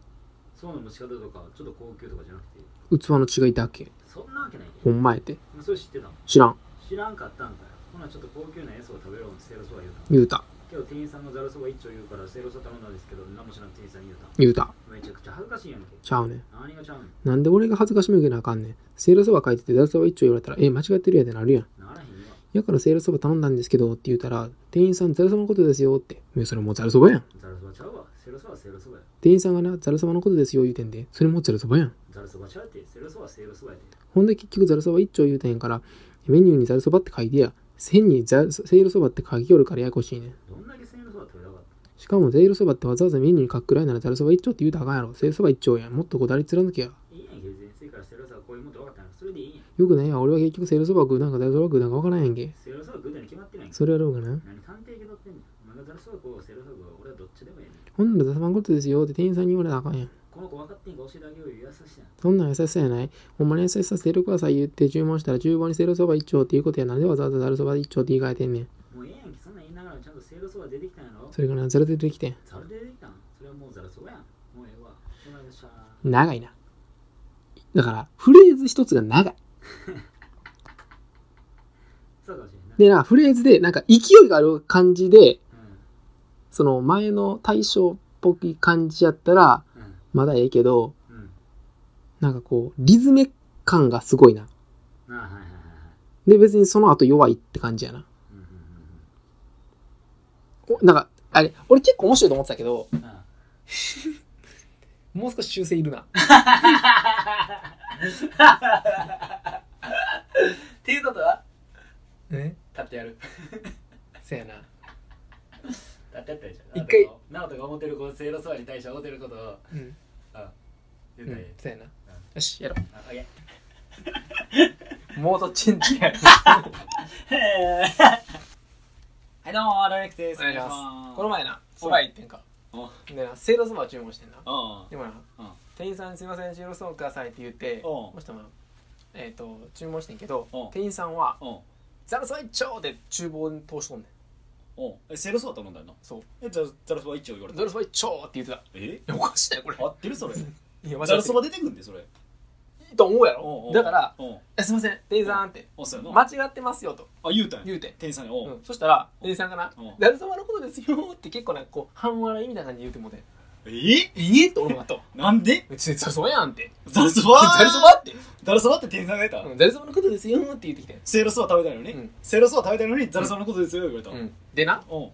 Speaker 4: そうの蒸し方とかちょっと高級とかじゃなくて
Speaker 2: 器の違いだけ。
Speaker 4: そんなわけない
Speaker 2: ほ
Speaker 4: で
Speaker 2: んまやて。
Speaker 4: それ知ってたの
Speaker 2: 知らん。
Speaker 4: 知らんかったんかよほなちょっと高級なやつを食べろのセイロサワー言うた
Speaker 2: 言うた。
Speaker 4: けど店員さんがザルそば一丁言うからセイロサワー頼んだんですけど何も知らん店員さんに言うた
Speaker 2: 言
Speaker 4: め
Speaker 2: うた。
Speaker 4: ちゃくちゃ恥ずかしいやんけ
Speaker 2: ちゃうねん。
Speaker 4: 何がちゃうん
Speaker 2: なんで俺が恥ずかしめ受けなあかんねん。せいろそば書いてて、ざるそば一丁言われたら、え、間違ってるやんってなるやん。
Speaker 4: ならへんよ
Speaker 2: やからセールそば頼んだんですけどって言ったら、店員さんザルそばのことですよって。いやそれもうザルそばやん。
Speaker 4: ザルそばちゃうわセイロサワーセイロサワーや
Speaker 2: 店員さんがな、ザルそばのことですよ言うてんで、それもうザルそばやん。
Speaker 4: ザルそばちゃうってセイロサワーセイロサワーやで
Speaker 2: ほんで結局ザルそば一丁言うてんやから、メニューにザルそばって書いてや、線にザルセールそばって書きよるからややこしいねん。
Speaker 4: どんだけセイロサワー食べたかった
Speaker 2: しかもセールそばってわざわざメニューに書くくらいならザルそば一丁って言うたらあかんやろ。セールそば一丁やん。もっとこだわり貫けや。
Speaker 4: いいやん、けど全然からセロサはこういうもんって分かったんやそれでいいやん。
Speaker 2: よくないや、俺は結局セールそば食うなんかザルそば食うなんかわからんやんけ。
Speaker 4: セロサはグーだに決まってないんや
Speaker 2: それやろうかな。
Speaker 4: 何探偵気取ってんのお前がザルそばこう、セロサはこう、俺はどっちでもいいねん。
Speaker 2: ほんならザルそばのことですよって店員さんに言われなあかんやん。
Speaker 4: この子分かってんか教えてあげようよ、優しいな。
Speaker 2: そんなん優しさやない。ほんまに優しさせるください言って注文したら厨房にせるそば一丁っていうことやなんでわざわざざるそば一丁って言い換えてんねん。
Speaker 4: もうええやんけ、そんなん言いながらちゃんとセロサは出てきたんやろ
Speaker 2: それがな、ざるで出てきてん。
Speaker 4: ザルで出てきたんそれはもうザルそばやん。もうええわ。お前でしゃー。
Speaker 2: 長いな。だから、フレーズ一つが長い。
Speaker 4: そうかもしれんな。
Speaker 2: でな、フレーズでなんか勢いがある感じで、その前の対象っぽい感じやったら、
Speaker 4: うん、うん、
Speaker 2: まだええけど、
Speaker 4: うん。
Speaker 2: なんかこう、リズメ感がすごいな。
Speaker 4: ああ、はいはいはいはい。
Speaker 2: で、別にその後弱いって感じやな。
Speaker 4: うんうん
Speaker 2: おなんか、あれ、俺結構面白いと思ってたけど、
Speaker 4: うんうん。あ
Speaker 2: もう少し修正いるな。
Speaker 4: あっていうことは
Speaker 2: え
Speaker 4: 立ってやる。
Speaker 2: せやな。
Speaker 4: 立ってやったでしょ。
Speaker 2: 一回。
Speaker 4: なおとが思ってるこう、セロサはに対して思ってることを
Speaker 2: うん。
Speaker 4: 言うたらええ。
Speaker 2: そうやな。よし、やろ
Speaker 4: あいや
Speaker 2: う。モードチェンジや。
Speaker 1: はいどうもラレックスです
Speaker 2: お願いします。この前な、そば屋行ってんか
Speaker 4: お。
Speaker 2: でな、せいろそばを注文してんな。
Speaker 4: あ
Speaker 2: でもな
Speaker 4: うん、
Speaker 2: 店員さんすいません、せいろそばくださいって言って、
Speaker 4: お
Speaker 2: そうしたらな、えっと、注文してんけど
Speaker 4: お、
Speaker 2: 店員さんは、
Speaker 4: あうん
Speaker 2: ざるそば一丁で厨房に通しとんねん。
Speaker 1: おえセロそば頼んだよな
Speaker 2: そう
Speaker 1: えザザラそば一丁言われた
Speaker 2: ざるそば一丁って言ってた
Speaker 1: え
Speaker 2: いやおかしいねこれ
Speaker 1: 合ってる それ
Speaker 2: いや
Speaker 1: ザラ
Speaker 2: そ
Speaker 1: そば出てくんでそれ
Speaker 2: と思うや
Speaker 1: おうお
Speaker 2: ろ
Speaker 1: う
Speaker 2: だから
Speaker 1: うん
Speaker 2: 「えすいません店員さん」って
Speaker 1: あそう
Speaker 2: 「
Speaker 1: やな、
Speaker 2: 間違ってますよ」と
Speaker 1: あ言うたんや
Speaker 2: 言うて
Speaker 1: 店員さんにおう、
Speaker 2: うんそしたら店員さんかな
Speaker 1: うん
Speaker 2: 「ざるそばのことですよ」って結構なんかこう半笑いみたいな感じで言うてもうて
Speaker 1: えー
Speaker 2: 「ええ?」って俺もあと
Speaker 1: なんで
Speaker 2: 「別にざるそばやん」って
Speaker 1: ザラそ
Speaker 2: 「
Speaker 1: ば
Speaker 2: ざるそば?」って
Speaker 1: ザラそばって店員さんが言っ
Speaker 2: 「
Speaker 1: た、
Speaker 2: うんざるそばのことですよ」って言ってきて
Speaker 1: セロそば食べたいのに、
Speaker 2: うん
Speaker 1: セロそば食べたいのにザラそばのことですよ言われた、
Speaker 2: うんでな
Speaker 1: おう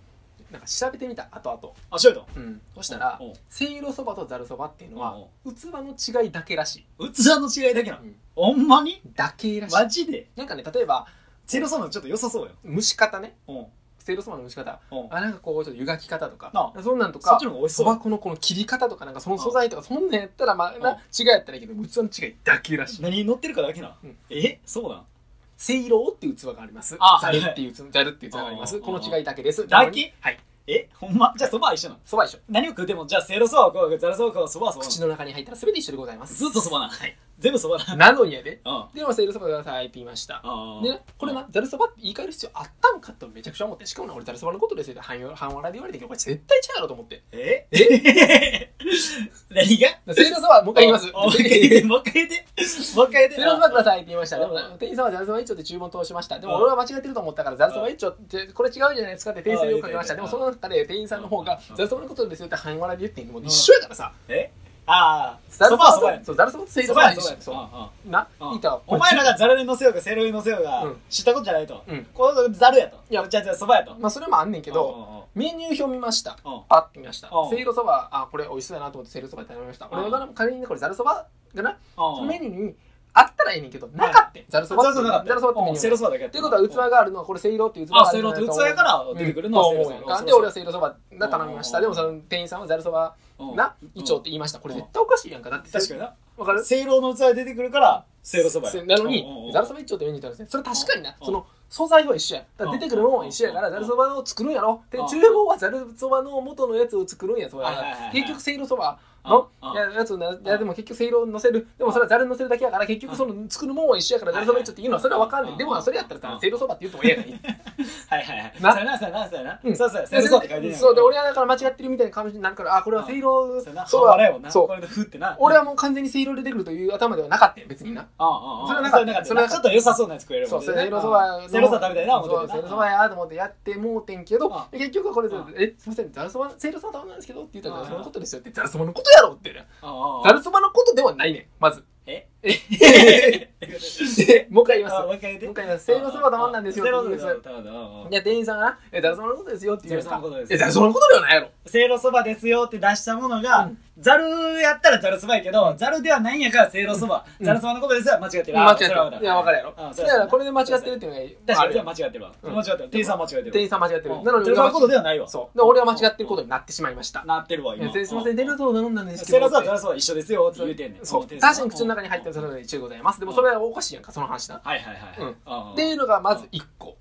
Speaker 2: なんか調べてみた後々
Speaker 1: あしょやと
Speaker 2: うんそしたら
Speaker 1: うん
Speaker 2: せいろそばとざるそばっていうのは器の違いだけらしい
Speaker 1: 器の違いだけなの、ほんまに
Speaker 2: だけらしい
Speaker 1: マジで
Speaker 2: なんかね例えば
Speaker 1: セロそばのちょっと良さそうよ
Speaker 2: 蒸し方ね
Speaker 1: うん
Speaker 2: せいろそばの蒸し方
Speaker 1: うん
Speaker 2: あなんかこうちょっと湯がき方とか
Speaker 1: な
Speaker 2: そんなんと
Speaker 1: そ
Speaker 2: か
Speaker 1: っちの方が美味し
Speaker 2: そ
Speaker 1: そ
Speaker 2: ば
Speaker 1: う
Speaker 2: 粉のこの切り方とかなんかその素材とかそんなんやったらまあな違いやったらいいけど器の違いだけらしい
Speaker 1: 何に乗ってるかだけな、
Speaker 2: うん
Speaker 1: えそうなん
Speaker 2: せいろっていう器があります
Speaker 1: あ
Speaker 2: ざ
Speaker 1: は
Speaker 2: る
Speaker 1: い
Speaker 2: っていう器ざるっていう器がありま
Speaker 1: う
Speaker 2: す
Speaker 1: ん
Speaker 2: この違いだけです
Speaker 1: だけ
Speaker 2: はい
Speaker 1: えほんまじゃあそばは一緒なの
Speaker 2: そばでしょ
Speaker 1: 何を食うてもじゃあせいろそばはこうザラそばはこうそばはそばな
Speaker 2: 口
Speaker 1: の
Speaker 2: の中に入ったら全て一緒でござ います
Speaker 1: ずっとそばな、はい、全部そばな
Speaker 2: なのにやで
Speaker 1: うんあ
Speaker 2: でもせいろそばくださいって言いました
Speaker 1: あ
Speaker 2: でねこれなざるそばって言い換える必要あったんかとめちゃくちゃ思ってしかもな俺ざるそばのことですよって 半半笑いで言われてけどこれ絶対ちゃうやろと思って
Speaker 1: ええ 何が
Speaker 2: せいろそばもう一回言います
Speaker 1: おおもう 一回言ってもう一回言ってもう一回言って
Speaker 2: ゼロそばくださいって言いました。
Speaker 1: うん
Speaker 2: でも店員さんはゼロそば一丁って注文通しました。でも
Speaker 1: うん
Speaker 2: 俺は間違ってると思ったから、ゼロそば一丁ってこれ違うじゃないですかって訂正をかけました。
Speaker 1: うん
Speaker 2: でもその中で店員さんの方が
Speaker 1: う、ん
Speaker 2: ゼロそばのことですよって半笑いで言ってんのもう一緒やからさ。
Speaker 1: えああ
Speaker 2: ザ
Speaker 1: そ
Speaker 2: ル
Speaker 1: ばはそ
Speaker 2: そ
Speaker 1: ば
Speaker 2: ば
Speaker 1: や
Speaker 2: と
Speaker 1: ん
Speaker 2: そうザルそばとせい
Speaker 1: そ
Speaker 2: ろそ
Speaker 1: ばや
Speaker 2: ばは
Speaker 1: ん
Speaker 2: 一
Speaker 1: そば
Speaker 2: 緒
Speaker 1: やん
Speaker 2: そう
Speaker 1: うんうん
Speaker 2: な、
Speaker 1: うん
Speaker 2: いいか。
Speaker 1: お前ら
Speaker 2: こ
Speaker 1: がざるに乗せようがせいろに乗せようが
Speaker 2: うん
Speaker 1: 知ったことじゃないと、
Speaker 2: うん
Speaker 1: このざるやと
Speaker 2: いや
Speaker 1: じゃあじゃあそばやと
Speaker 2: れまあそれもあんねんけ
Speaker 1: け
Speaker 2: ど、メニュー表見ました。
Speaker 1: うんうん
Speaker 2: パッと見ました
Speaker 1: う。ん
Speaker 2: せいろそば、あ、これ美味しそうやなと思ってせいろそば頼みました。
Speaker 1: ん
Speaker 2: 俺が仮にねこれザルそばがな、そのメ
Speaker 1: ュ
Speaker 2: ニューにあったらいいねんけど、なかったザルそばって。
Speaker 1: ざ
Speaker 2: ザル
Speaker 1: る
Speaker 2: そ
Speaker 1: そば
Speaker 2: ばってメニューに
Speaker 1: せいろそばだけやっ
Speaker 2: と
Speaker 1: た
Speaker 2: いうことは器があるのはこれせいろっていう器が
Speaker 1: あ
Speaker 2: あ
Speaker 1: せい
Speaker 2: る
Speaker 1: ろ
Speaker 2: の
Speaker 1: って器やから出てくるのは
Speaker 2: う
Speaker 1: せい
Speaker 2: んと
Speaker 1: ろそ
Speaker 2: 思
Speaker 1: うば
Speaker 2: やん
Speaker 1: そうそう
Speaker 2: かで俺はせいろそばな頼みました
Speaker 1: う
Speaker 2: で
Speaker 1: ん
Speaker 2: もその店員さんはざるそば
Speaker 1: うん
Speaker 2: な
Speaker 1: うん
Speaker 2: 一丁って言いましたこれ絶対おかしいやんかだって
Speaker 1: 確かにな
Speaker 2: わかる
Speaker 1: せいろの器で出てくるからせいろそばや
Speaker 2: せなのに
Speaker 1: うんうんうん
Speaker 2: ざるそば一丁ってメニューにあるんですねそれ確かにな
Speaker 1: うん
Speaker 2: その素材は一緒やだから
Speaker 1: うん
Speaker 2: 出てくるもんは一緒やから
Speaker 1: うん
Speaker 2: ざるそばを作るんやろで
Speaker 1: うん
Speaker 2: 厨房はざるそばの元のやつを作るんやそうや
Speaker 1: はいはいはい
Speaker 2: な
Speaker 1: はい
Speaker 2: 結局せいろそばの
Speaker 1: うんうん
Speaker 2: ややつをない
Speaker 1: うん
Speaker 2: やでも結局せいろを乗せるでもそれはざる乗せるだけやから結局その作るもんは一緒やからざるそば一丁って言うのはそれはわかんな
Speaker 1: う
Speaker 2: い
Speaker 1: ん
Speaker 2: でもなそれやったら
Speaker 1: う
Speaker 2: さ
Speaker 1: ん
Speaker 2: せいろそばって言ってもええや な
Speaker 1: はい
Speaker 2: い
Speaker 1: はいはい
Speaker 2: な
Speaker 1: そうやなそうやなそうやな
Speaker 2: うん
Speaker 1: そうそうやせいろそばって書いてるやん
Speaker 2: そうで俺はだから間違ってるみたいな感じになるからあこれはせいろ
Speaker 1: そうやな
Speaker 2: そう
Speaker 1: あれやもんな
Speaker 2: そう
Speaker 1: これでふってな
Speaker 2: 俺はもう完全にせいろ出てくるという頭ではなかったよ別にな
Speaker 1: ああああ
Speaker 2: それはなかったそ
Speaker 1: そ
Speaker 2: れ
Speaker 1: れ
Speaker 2: は
Speaker 1: は
Speaker 2: なか
Speaker 1: ちょ
Speaker 2: った
Speaker 1: っと良さそうなやつ食える
Speaker 2: そ
Speaker 1: もん
Speaker 2: う
Speaker 1: ね
Speaker 2: せいろそば
Speaker 1: せいろそば食べたいな思
Speaker 2: そ
Speaker 1: っ
Speaker 2: う
Speaker 1: て
Speaker 2: せ
Speaker 1: る
Speaker 2: いろ
Speaker 1: な
Speaker 2: そばやと思ってやってもうてんけ
Speaker 1: うん
Speaker 2: どで結局はこれで
Speaker 1: うん
Speaker 2: えすいませんざるそばせいろそば頼んだんですけどって言ったらざるそばのことですよってざるそばのことやろってね
Speaker 1: ああああ
Speaker 2: ざるそばのことではないねんまず
Speaker 1: え
Speaker 2: でもう一回言います
Speaker 1: あ
Speaker 2: も
Speaker 1: も
Speaker 2: う
Speaker 1: う一回言って
Speaker 2: 一回言いますせいろそば頼んだんですよ
Speaker 1: せい
Speaker 2: っ
Speaker 1: ろ
Speaker 2: て
Speaker 1: そ
Speaker 2: 言
Speaker 1: ば
Speaker 2: うんです
Speaker 1: 頼んだうんうん
Speaker 2: いや店員さんがなえざるそばのことですよって言うんですか
Speaker 1: ざるそばのことです
Speaker 2: えざるそばのことではないやろ
Speaker 1: せいろそばですよって出したもの
Speaker 2: う
Speaker 1: が
Speaker 2: ん
Speaker 1: ざるやったらざるそばやけどざるではないんやからせいろそば
Speaker 2: うん
Speaker 1: ざるそばのことですよ間違ってる
Speaker 2: 間違
Speaker 1: あ
Speaker 2: って
Speaker 1: それは分か
Speaker 2: るいや分かるやろ
Speaker 1: あ
Speaker 2: だ
Speaker 1: そう
Speaker 2: か
Speaker 1: や
Speaker 2: らこれで間違ってるっていうのがあ
Speaker 1: 確か
Speaker 2: る
Speaker 1: に
Speaker 2: よ
Speaker 1: 間違ってるわ
Speaker 2: うん
Speaker 1: 間違ってる店員さん間違えてる
Speaker 2: 店員さん間違ってる
Speaker 1: うん
Speaker 2: なのに
Speaker 1: ざるそばのことではないわ
Speaker 2: そうで俺は間違ってることになってしまいました
Speaker 1: なってるわ
Speaker 2: いや
Speaker 1: 今
Speaker 2: すいません
Speaker 1: う
Speaker 2: 出ると頼んだんですけ
Speaker 1: せい
Speaker 2: ど
Speaker 1: ろそばざるそば一緒ですよって言うてんねん
Speaker 2: そう
Speaker 1: うん店
Speaker 2: 確
Speaker 1: 員
Speaker 2: か
Speaker 1: さん
Speaker 2: に口の中に入ってるそ
Speaker 1: うん
Speaker 2: れで一緒でございますでもそれはおかしいやんかその話なっ
Speaker 1: はいはいはいはい
Speaker 2: うん
Speaker 1: うんうん
Speaker 2: ていうのがまず1個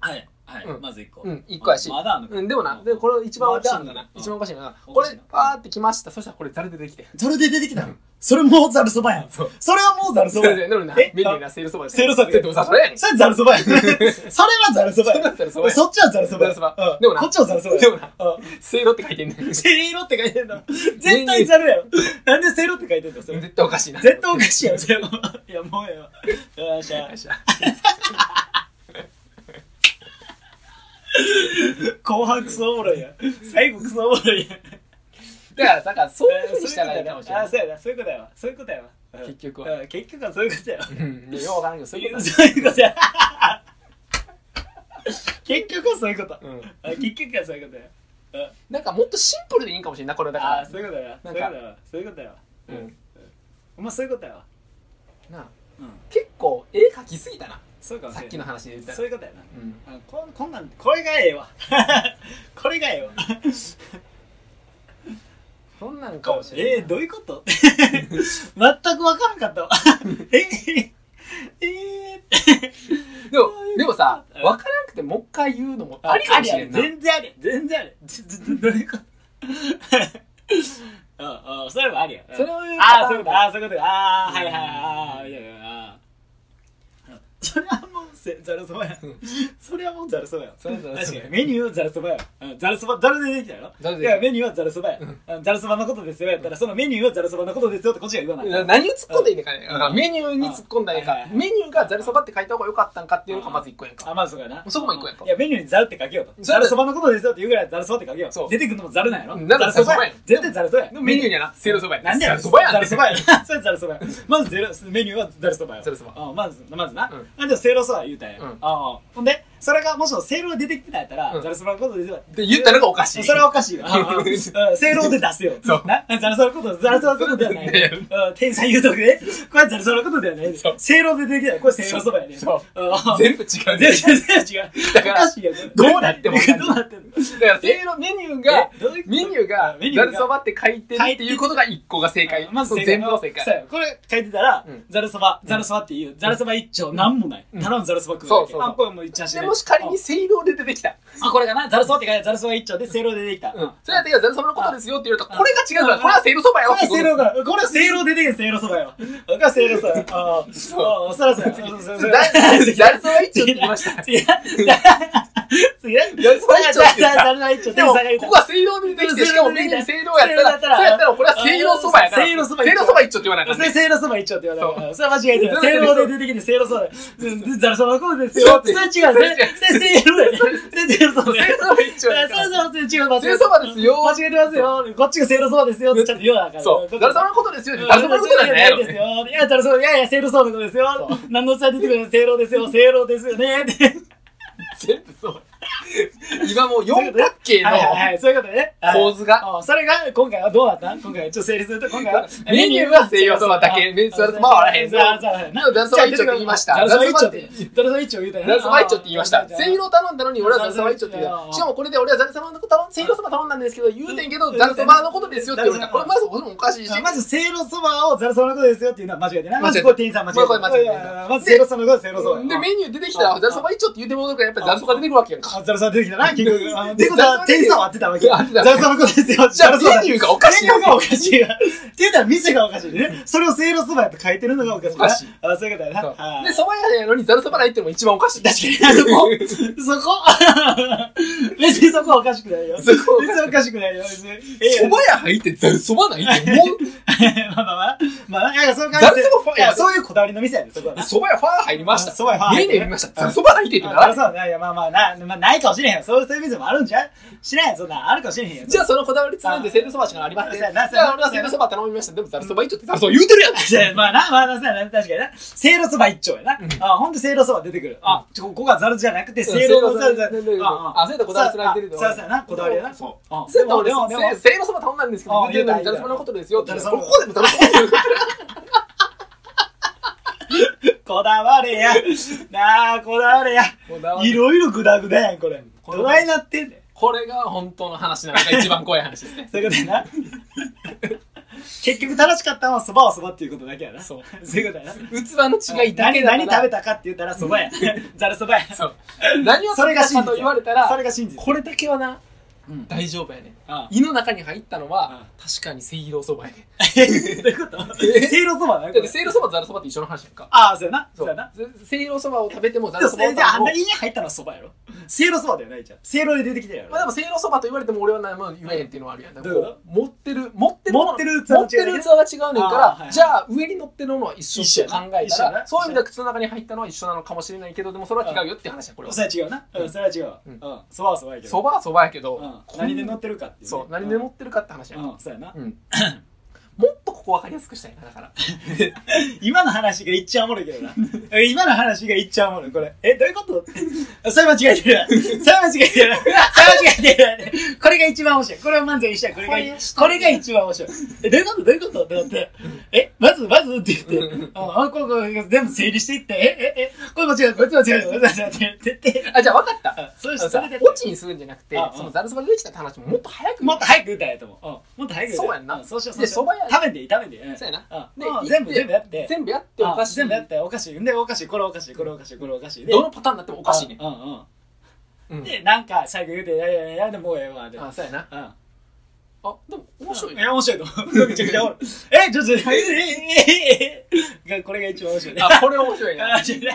Speaker 1: はいはい
Speaker 2: うん
Speaker 1: まず一個
Speaker 2: うん1個やし
Speaker 1: まだあんのか
Speaker 2: うんでもなでこれ一番おかしいんだ
Speaker 1: まだあ
Speaker 2: なん
Speaker 1: の
Speaker 2: 一番おかしいのが
Speaker 1: うん
Speaker 2: こ
Speaker 1: おか
Speaker 2: れ
Speaker 1: しいな
Speaker 2: パーってきましたそしたらこれザルでできて
Speaker 1: それで出てきたのそれもうざるそばやん
Speaker 2: そう
Speaker 1: それはもうざるそ
Speaker 2: そ
Speaker 1: ばや
Speaker 2: れ
Speaker 1: ん
Speaker 2: でなのになメ
Speaker 1: え
Speaker 2: ニューになセールそばで
Speaker 1: セールそば
Speaker 2: でもさそれやん
Speaker 1: それざるそばや んそれはざるそばやん
Speaker 2: それはざるそばやん
Speaker 1: そっちはざるそばやん
Speaker 2: ざるそば
Speaker 1: うん
Speaker 2: でもな
Speaker 1: こっちはざるそばやん
Speaker 2: でもな
Speaker 1: うん
Speaker 2: せいろって書いてんねん絶
Speaker 1: せいろって書いてんの絶対ざるやろなんでせいろって書いてんのそれ絶
Speaker 2: 対おかしいな
Speaker 1: 対おかし いやろそれはいやもうやわよっしゃ
Speaker 2: よっしゃ
Speaker 1: 後半クソおもろいやん最後クソおもろいやん
Speaker 2: だからだからそういうふうにしたらいいかもしれな
Speaker 1: あ
Speaker 2: い
Speaker 1: そうやなそういうことやわそういうことやわうん
Speaker 2: 結局は
Speaker 1: うん結局はそういうことやわ
Speaker 2: うんいやようわからんけどそういうことだ
Speaker 1: そういうことや。 結局はそういうこと。
Speaker 2: うん
Speaker 1: あ結局はそういうことや。
Speaker 2: なんかもっとシンプルでいいんかもしれんないこれだか
Speaker 1: あ
Speaker 2: ら
Speaker 1: あ、そういうことや。そ
Speaker 2: なん
Speaker 1: う
Speaker 2: か
Speaker 1: いうことや。そういうことや。
Speaker 2: うん
Speaker 1: お前そういうことやわ。
Speaker 2: なあ
Speaker 1: うん。
Speaker 2: 結構絵描きすぎたな
Speaker 1: そうかもし
Speaker 2: さ
Speaker 1: れん
Speaker 2: っきの話で言ったら
Speaker 1: そういうことやな。
Speaker 2: うん
Speaker 1: あこんこんなんこれがええわ これがええわ
Speaker 2: そんなんかもしれんない
Speaker 1: えー、どういうこと 全く分からんかった わえええ
Speaker 2: でもでもさ
Speaker 1: うん
Speaker 2: 分からなくてもう一回言うのもありかもしれんな
Speaker 1: ありあり全然あり全然あり全然どういうこと うんうんそれもありやうん
Speaker 2: それを言うパ
Speaker 1: ああ、
Speaker 2: タ
Speaker 1: そういう
Speaker 2: ーン
Speaker 1: こと、
Speaker 2: だ
Speaker 1: ああ、そういうこと、ああ、はいはいはい、ああ、いやいや、ああ。それはもう、せざるそばやんそれはもうざるそばやん
Speaker 2: それはざるそば
Speaker 1: 確
Speaker 2: や
Speaker 1: かにメニューはざるそばやうんざるそばざるでできたやろ
Speaker 2: ざるで
Speaker 1: い
Speaker 2: できた
Speaker 1: やメニューはざるそばやうんざるそばのことですよやったらそのメニューはざるそばのことですよってこっちが言わない
Speaker 2: な何を突っ込んでいいのかね
Speaker 1: うん
Speaker 2: だからメニューに突っ込んだらいいか
Speaker 1: うんはいはいはい
Speaker 2: メニューがざるそばって書いた方が良かったんかっていうのがまず一個やんか
Speaker 1: あまあそうかな
Speaker 2: そこも一個やんか
Speaker 1: いやメニューにざるって書けようと
Speaker 2: ざ
Speaker 1: ざ
Speaker 2: る
Speaker 1: るそばのことですよって言うぐらいざるそばって書けよ
Speaker 2: そう
Speaker 1: 出てくるのもざるなんやろ
Speaker 2: うんだから
Speaker 1: ざるそば
Speaker 2: ざ
Speaker 1: や
Speaker 2: るそばやん
Speaker 1: 絶対ざるそばや
Speaker 2: でもメニューにはなせいろそばや
Speaker 1: なんで
Speaker 2: ざ
Speaker 1: や
Speaker 2: るそばやん
Speaker 1: ざるそばや それざるそばやまずゼロメニューはざるそばや
Speaker 2: ざるそば
Speaker 1: うんまずまずな
Speaker 2: うん
Speaker 1: あでもせいろそば言うたんや
Speaker 2: うん
Speaker 1: ああほんでそれがもしもせいろが出てきてたんやった
Speaker 2: う
Speaker 1: ら
Speaker 2: ん
Speaker 1: ざるそばのことですよ
Speaker 2: って言ったのがおかしい
Speaker 1: それはおか しいよ。せいろで出すよ。
Speaker 2: そう
Speaker 1: な、ざるそのこと、ざるそのことでは ない。
Speaker 2: いやい
Speaker 1: うん天才言うとくね。これはざるそのことではない
Speaker 2: そう。
Speaker 1: せいろでできない。これせいろそばやね。
Speaker 2: そう
Speaker 1: うん
Speaker 2: 全部違うね
Speaker 1: 全然違う。
Speaker 2: だ
Speaker 1: お
Speaker 2: か
Speaker 1: からしいよ。これ
Speaker 2: どうなっても
Speaker 1: どうなっても。
Speaker 2: だからせいろメニューが
Speaker 1: えどういうこと
Speaker 2: メニューが
Speaker 1: メニュ
Speaker 2: ざ
Speaker 1: ーが
Speaker 2: るそばって書いてるっていうことが一個が正解
Speaker 1: まず
Speaker 2: そう全部が正
Speaker 1: そ
Speaker 2: 解
Speaker 1: うやこれ書いてたら
Speaker 2: うん、
Speaker 1: ざるそば、ざるそばっていう、ざるそば一丁、なんもない。
Speaker 2: うん
Speaker 1: 頼むざるそば食う
Speaker 2: そう
Speaker 1: だ
Speaker 2: そう
Speaker 1: け。
Speaker 2: そう
Speaker 1: あ、これもう一致し
Speaker 2: で
Speaker 1: ない
Speaker 2: もし仮にせいろで出てきた
Speaker 1: あ、これがな、ざるそばって書いてあるざるそば一丁で、せいろでできた。
Speaker 2: うんそれだけがざるそばのことですよって言うとこれが違うから
Speaker 1: うん
Speaker 2: これはせいろそばよ
Speaker 1: これはせいろが、これはせいろ出てけせいろそばよ。これはせいろそばよ。ああ、そう、そらそばよ。そうそうそう
Speaker 2: ざざるそば一丁って言い ました
Speaker 1: 違う。違う。
Speaker 2: ざるそば一丁って言っ
Speaker 1: ざ
Speaker 2: た
Speaker 1: るそば一丁。
Speaker 2: でも、ここは水道でできて、しかもメニュー水道やっ
Speaker 1: せい
Speaker 2: たら、
Speaker 1: ろだったら
Speaker 2: そうやったら、これは水道そばやから、
Speaker 1: せいろそば
Speaker 2: せ
Speaker 1: 一丁
Speaker 2: いろそば一丁って言わないから
Speaker 1: そ
Speaker 2: ね。
Speaker 1: れせいろそば一丁って言われた。それは間違えてる。
Speaker 2: せ
Speaker 1: せ
Speaker 2: い
Speaker 1: い
Speaker 2: ろ
Speaker 1: ろで出てきてせいろそば。うんざるそばのことですよ。それは違う。それそれせいろだよね。それせいろそばだ
Speaker 2: せい
Speaker 1: よ
Speaker 2: ろ。そば一
Speaker 1: そ
Speaker 2: 丁
Speaker 1: れ
Speaker 2: や
Speaker 1: そ
Speaker 2: から
Speaker 1: れ。それ違う。
Speaker 2: せいろそばですよ。
Speaker 1: 間違えてますよ。こっちがせいろそばですよ。ってちゃんと言わなあかん。
Speaker 2: そう。ざるそばのことですよ。ざるそばのことなんだよ。
Speaker 1: いや、いや、だそう、いやいや、せいろそうのことですよ。何の伝え出てくるのせいろですよ、せいろですよね。って
Speaker 2: 全部そう。今もう四角形の
Speaker 1: はいはいはい、そういうことね。はい
Speaker 2: 構図が、
Speaker 1: あそれが、今回はどうだった今回、ちょっと整理すると、今回は。
Speaker 2: メニューは西洋そばだけメニューはざるそばはあらへん
Speaker 1: ざるそばはあらへん
Speaker 2: でもざるそば一丁って言いました
Speaker 1: ざるそば一丁って。ざるそば一丁言うたよ
Speaker 2: ざるそば一丁って言いました。
Speaker 1: あ
Speaker 2: せいろ頼んだのに俺はざるそば一丁って言うた。しかもこれで俺はざるそばのこと頼ん、せいろそば頼んだんですけど、言うてんけど、ざるそばのことですよって言われた。これまず俺もおかしいし。
Speaker 1: まず、せいろそばをざるそばのことですよっていうのは間違えてない。
Speaker 2: 間
Speaker 1: ま
Speaker 2: 違えて
Speaker 1: ず、これ店員さん間違えてない
Speaker 2: まあこれ間違えてない
Speaker 1: いやいやまず、せいろそばのこと、せいろそば。
Speaker 2: で、メニュー出てきたら、ざるそば一丁って言うてもらうから、やっぱりざるそば出てくるわけやんか。
Speaker 1: あ、ザルさん出てきたな、結局。あのてことは、店員さんは合ってたわけ。
Speaker 2: 合ってた
Speaker 1: ザルさんのことですよ。
Speaker 2: じゃあ、
Speaker 1: ザルさん
Speaker 2: メニューがおかしい
Speaker 1: メニューがおかしいわ。って言うたら、店がおかしいね。それをせいろそばやと書いてるのがおかしいな。
Speaker 2: おかしい
Speaker 1: あ、そういうことやな。はい
Speaker 2: で、そば屋やのにざるそばないってのも一番おかしい。確
Speaker 1: 確か に、そこ、そこ、別にそこはおかしくないよ。
Speaker 2: そこはおかしい
Speaker 1: 別におかしくないよ。別に。
Speaker 2: そば屋入ってざるそばないってもう、
Speaker 1: ええまあまあまあ。まあ、いや、そういう感じ
Speaker 2: ザルそばファ
Speaker 1: で。
Speaker 2: ー
Speaker 1: いや、そういうこだわりの店やで、そこはな。
Speaker 2: そば屋ファー入りました。
Speaker 1: そば屋ファー
Speaker 2: メ
Speaker 1: 入って
Speaker 2: ニュー見ました。ざるそばないって言って
Speaker 1: あ
Speaker 2: な。
Speaker 1: そうないや、まあまあ、な、まあ、ないかもしれへんよ。そうそういう店もあるんじゃうしないよ、そんなん。あるかもしれへんよ。
Speaker 2: じゃあ、そのこだわりつるんで、せいろそばしかありません。
Speaker 1: そう
Speaker 2: じゃ
Speaker 1: やな
Speaker 2: あ、俺はせいろそば頼みました。でも、ざるそば一丁ってざるそば言うてるやん。
Speaker 1: じゃあまあな、まあな、そうやな、確かにな。せいろそば一丁やな。あ、ほんとせいろそば出てくる。あ、ちょ、ここがざるじゃなくて、せいろのざるじゃなくて。
Speaker 2: あ、そうやったらこだわりつないでる
Speaker 1: そうそうやな、こだわりやな。
Speaker 2: そう。
Speaker 1: あ
Speaker 2: せ
Speaker 1: で
Speaker 2: いろ
Speaker 1: も、でも、でも、
Speaker 2: そば頼んだんですけど、言うてるのにざるそばのことですよって。ここでもざるそば
Speaker 1: こだわれや。なあ、こだわれや。いろいろグダグダやん、これ。
Speaker 2: これ
Speaker 1: どないなってんねん。
Speaker 2: これが本当の話なのが一番怖い話ですね。
Speaker 1: そういうことやな。結局正しかったのはそばはそばっていうことだけやな。
Speaker 2: そう。
Speaker 1: そういうことやな。
Speaker 2: 器の違いだけだから
Speaker 1: 何何食べたかって言ったらそばや。 ざるそばや。
Speaker 2: そう何を
Speaker 1: そ
Speaker 2: 食
Speaker 1: れ
Speaker 2: べ
Speaker 1: が
Speaker 2: た
Speaker 1: 真
Speaker 2: か
Speaker 1: 実
Speaker 2: と
Speaker 1: や。
Speaker 2: 言われたら
Speaker 1: それが真実や。
Speaker 2: これだけはな、
Speaker 1: うん
Speaker 2: 大丈夫やね
Speaker 1: ああ
Speaker 2: 胃の中に入ったのは
Speaker 1: あ
Speaker 2: 確かにせいろそばやね
Speaker 1: え どういうこと
Speaker 2: え
Speaker 1: せいろそばだ
Speaker 2: だ
Speaker 1: よ
Speaker 2: ってせいろそばとざるそばって一緒の話やんか
Speaker 1: ああ、そうやな。
Speaker 2: そ
Speaker 1: そううやな。
Speaker 2: せせいろそばを食べてもざ
Speaker 1: で
Speaker 2: る
Speaker 1: も
Speaker 2: そ
Speaker 1: そ
Speaker 2: ばを食
Speaker 1: れじ
Speaker 2: べ
Speaker 1: ゃあ、
Speaker 2: て
Speaker 1: あん
Speaker 2: も
Speaker 1: な家に入ったのはそばやろ。せいろそばではないじゃん。せいろで出てきたやろ。
Speaker 2: まあでもせいろそばと言われても俺はなもう言えへんっていうのはあるやんだから
Speaker 1: どういう
Speaker 2: こう持ってる持ってるもの
Speaker 1: 持ってる器
Speaker 2: 持
Speaker 1: の違いね
Speaker 2: ってる器が違うねんか
Speaker 1: あ
Speaker 2: ら、
Speaker 1: あはいはい
Speaker 2: じゃあ上に乗ってるのは一緒って考え
Speaker 1: 一緒
Speaker 2: た
Speaker 1: や
Speaker 2: ら
Speaker 1: な
Speaker 2: そういう意味では口の中に入ったのは一緒なのかもしれないけどでもそれは違うよっていう話やこれは
Speaker 1: それは違うな。うん、それは違うわ。
Speaker 2: う
Speaker 1: うんん。そばはそばやけど。
Speaker 2: そばはそばやけど、
Speaker 1: うん
Speaker 2: こん
Speaker 1: 何で乗ってるかっていうね。
Speaker 2: そう何で乗ってるかって話やん、
Speaker 1: うん、うんそうやな。
Speaker 2: うんもっとここ分かりやすくしたいなだから
Speaker 1: 今の話がいっちゃおもろいけどな。 今の話がいっちゃおもろい、これ。え、どういうことそれ間違えてるわ。それ間違えてるわ。それ間違えてるわ。これが一番面白い。これを満足にしたい。これが
Speaker 2: これが
Speaker 1: い、これが一番面白い。え、どういうことどういうことってなって。え、まず、まずって言 って。あ、あこうこう、全部整理していって。え、え、え、これ間違えた。こっち間違えた。こっち間違えた。って言って。
Speaker 2: あじゃあ分かった
Speaker 1: あそ
Speaker 2: あ
Speaker 1: う
Speaker 2: の
Speaker 1: そ
Speaker 2: さ
Speaker 1: れで。
Speaker 2: オチにするんじゃなくて
Speaker 1: あうん
Speaker 2: そのざるそばでできたって話ももっと早く
Speaker 1: もっと早く歌えと思う。うんもっと早く歌え。
Speaker 2: そうやんな
Speaker 1: そうしよう、
Speaker 2: で
Speaker 1: そうしよう。
Speaker 2: 蕎麦屋
Speaker 1: 食べんでいい、食べんでいい。うん
Speaker 2: そうやなで
Speaker 1: うん
Speaker 2: 行っ
Speaker 1: うん
Speaker 2: て
Speaker 1: 全部、全部やって。
Speaker 2: 全部やっておかしい
Speaker 1: あ全部やっておかしいでおかしいこれおかしいこれおかしいこれおかしいで
Speaker 2: どのパターンになってもお
Speaker 1: お
Speaker 2: かしいね
Speaker 1: うんうん
Speaker 2: う
Speaker 1: うんんでなんか最後言うて「いやいやいやでもうええわ」で
Speaker 2: あそうやな
Speaker 1: うん
Speaker 2: あでも面白い
Speaker 1: い
Speaker 2: ね
Speaker 1: や面白いと思うめちゃくちゃ面白いえちょっとええええええええこれが一番面白いね
Speaker 2: あこれ面白いな
Speaker 1: あちょっと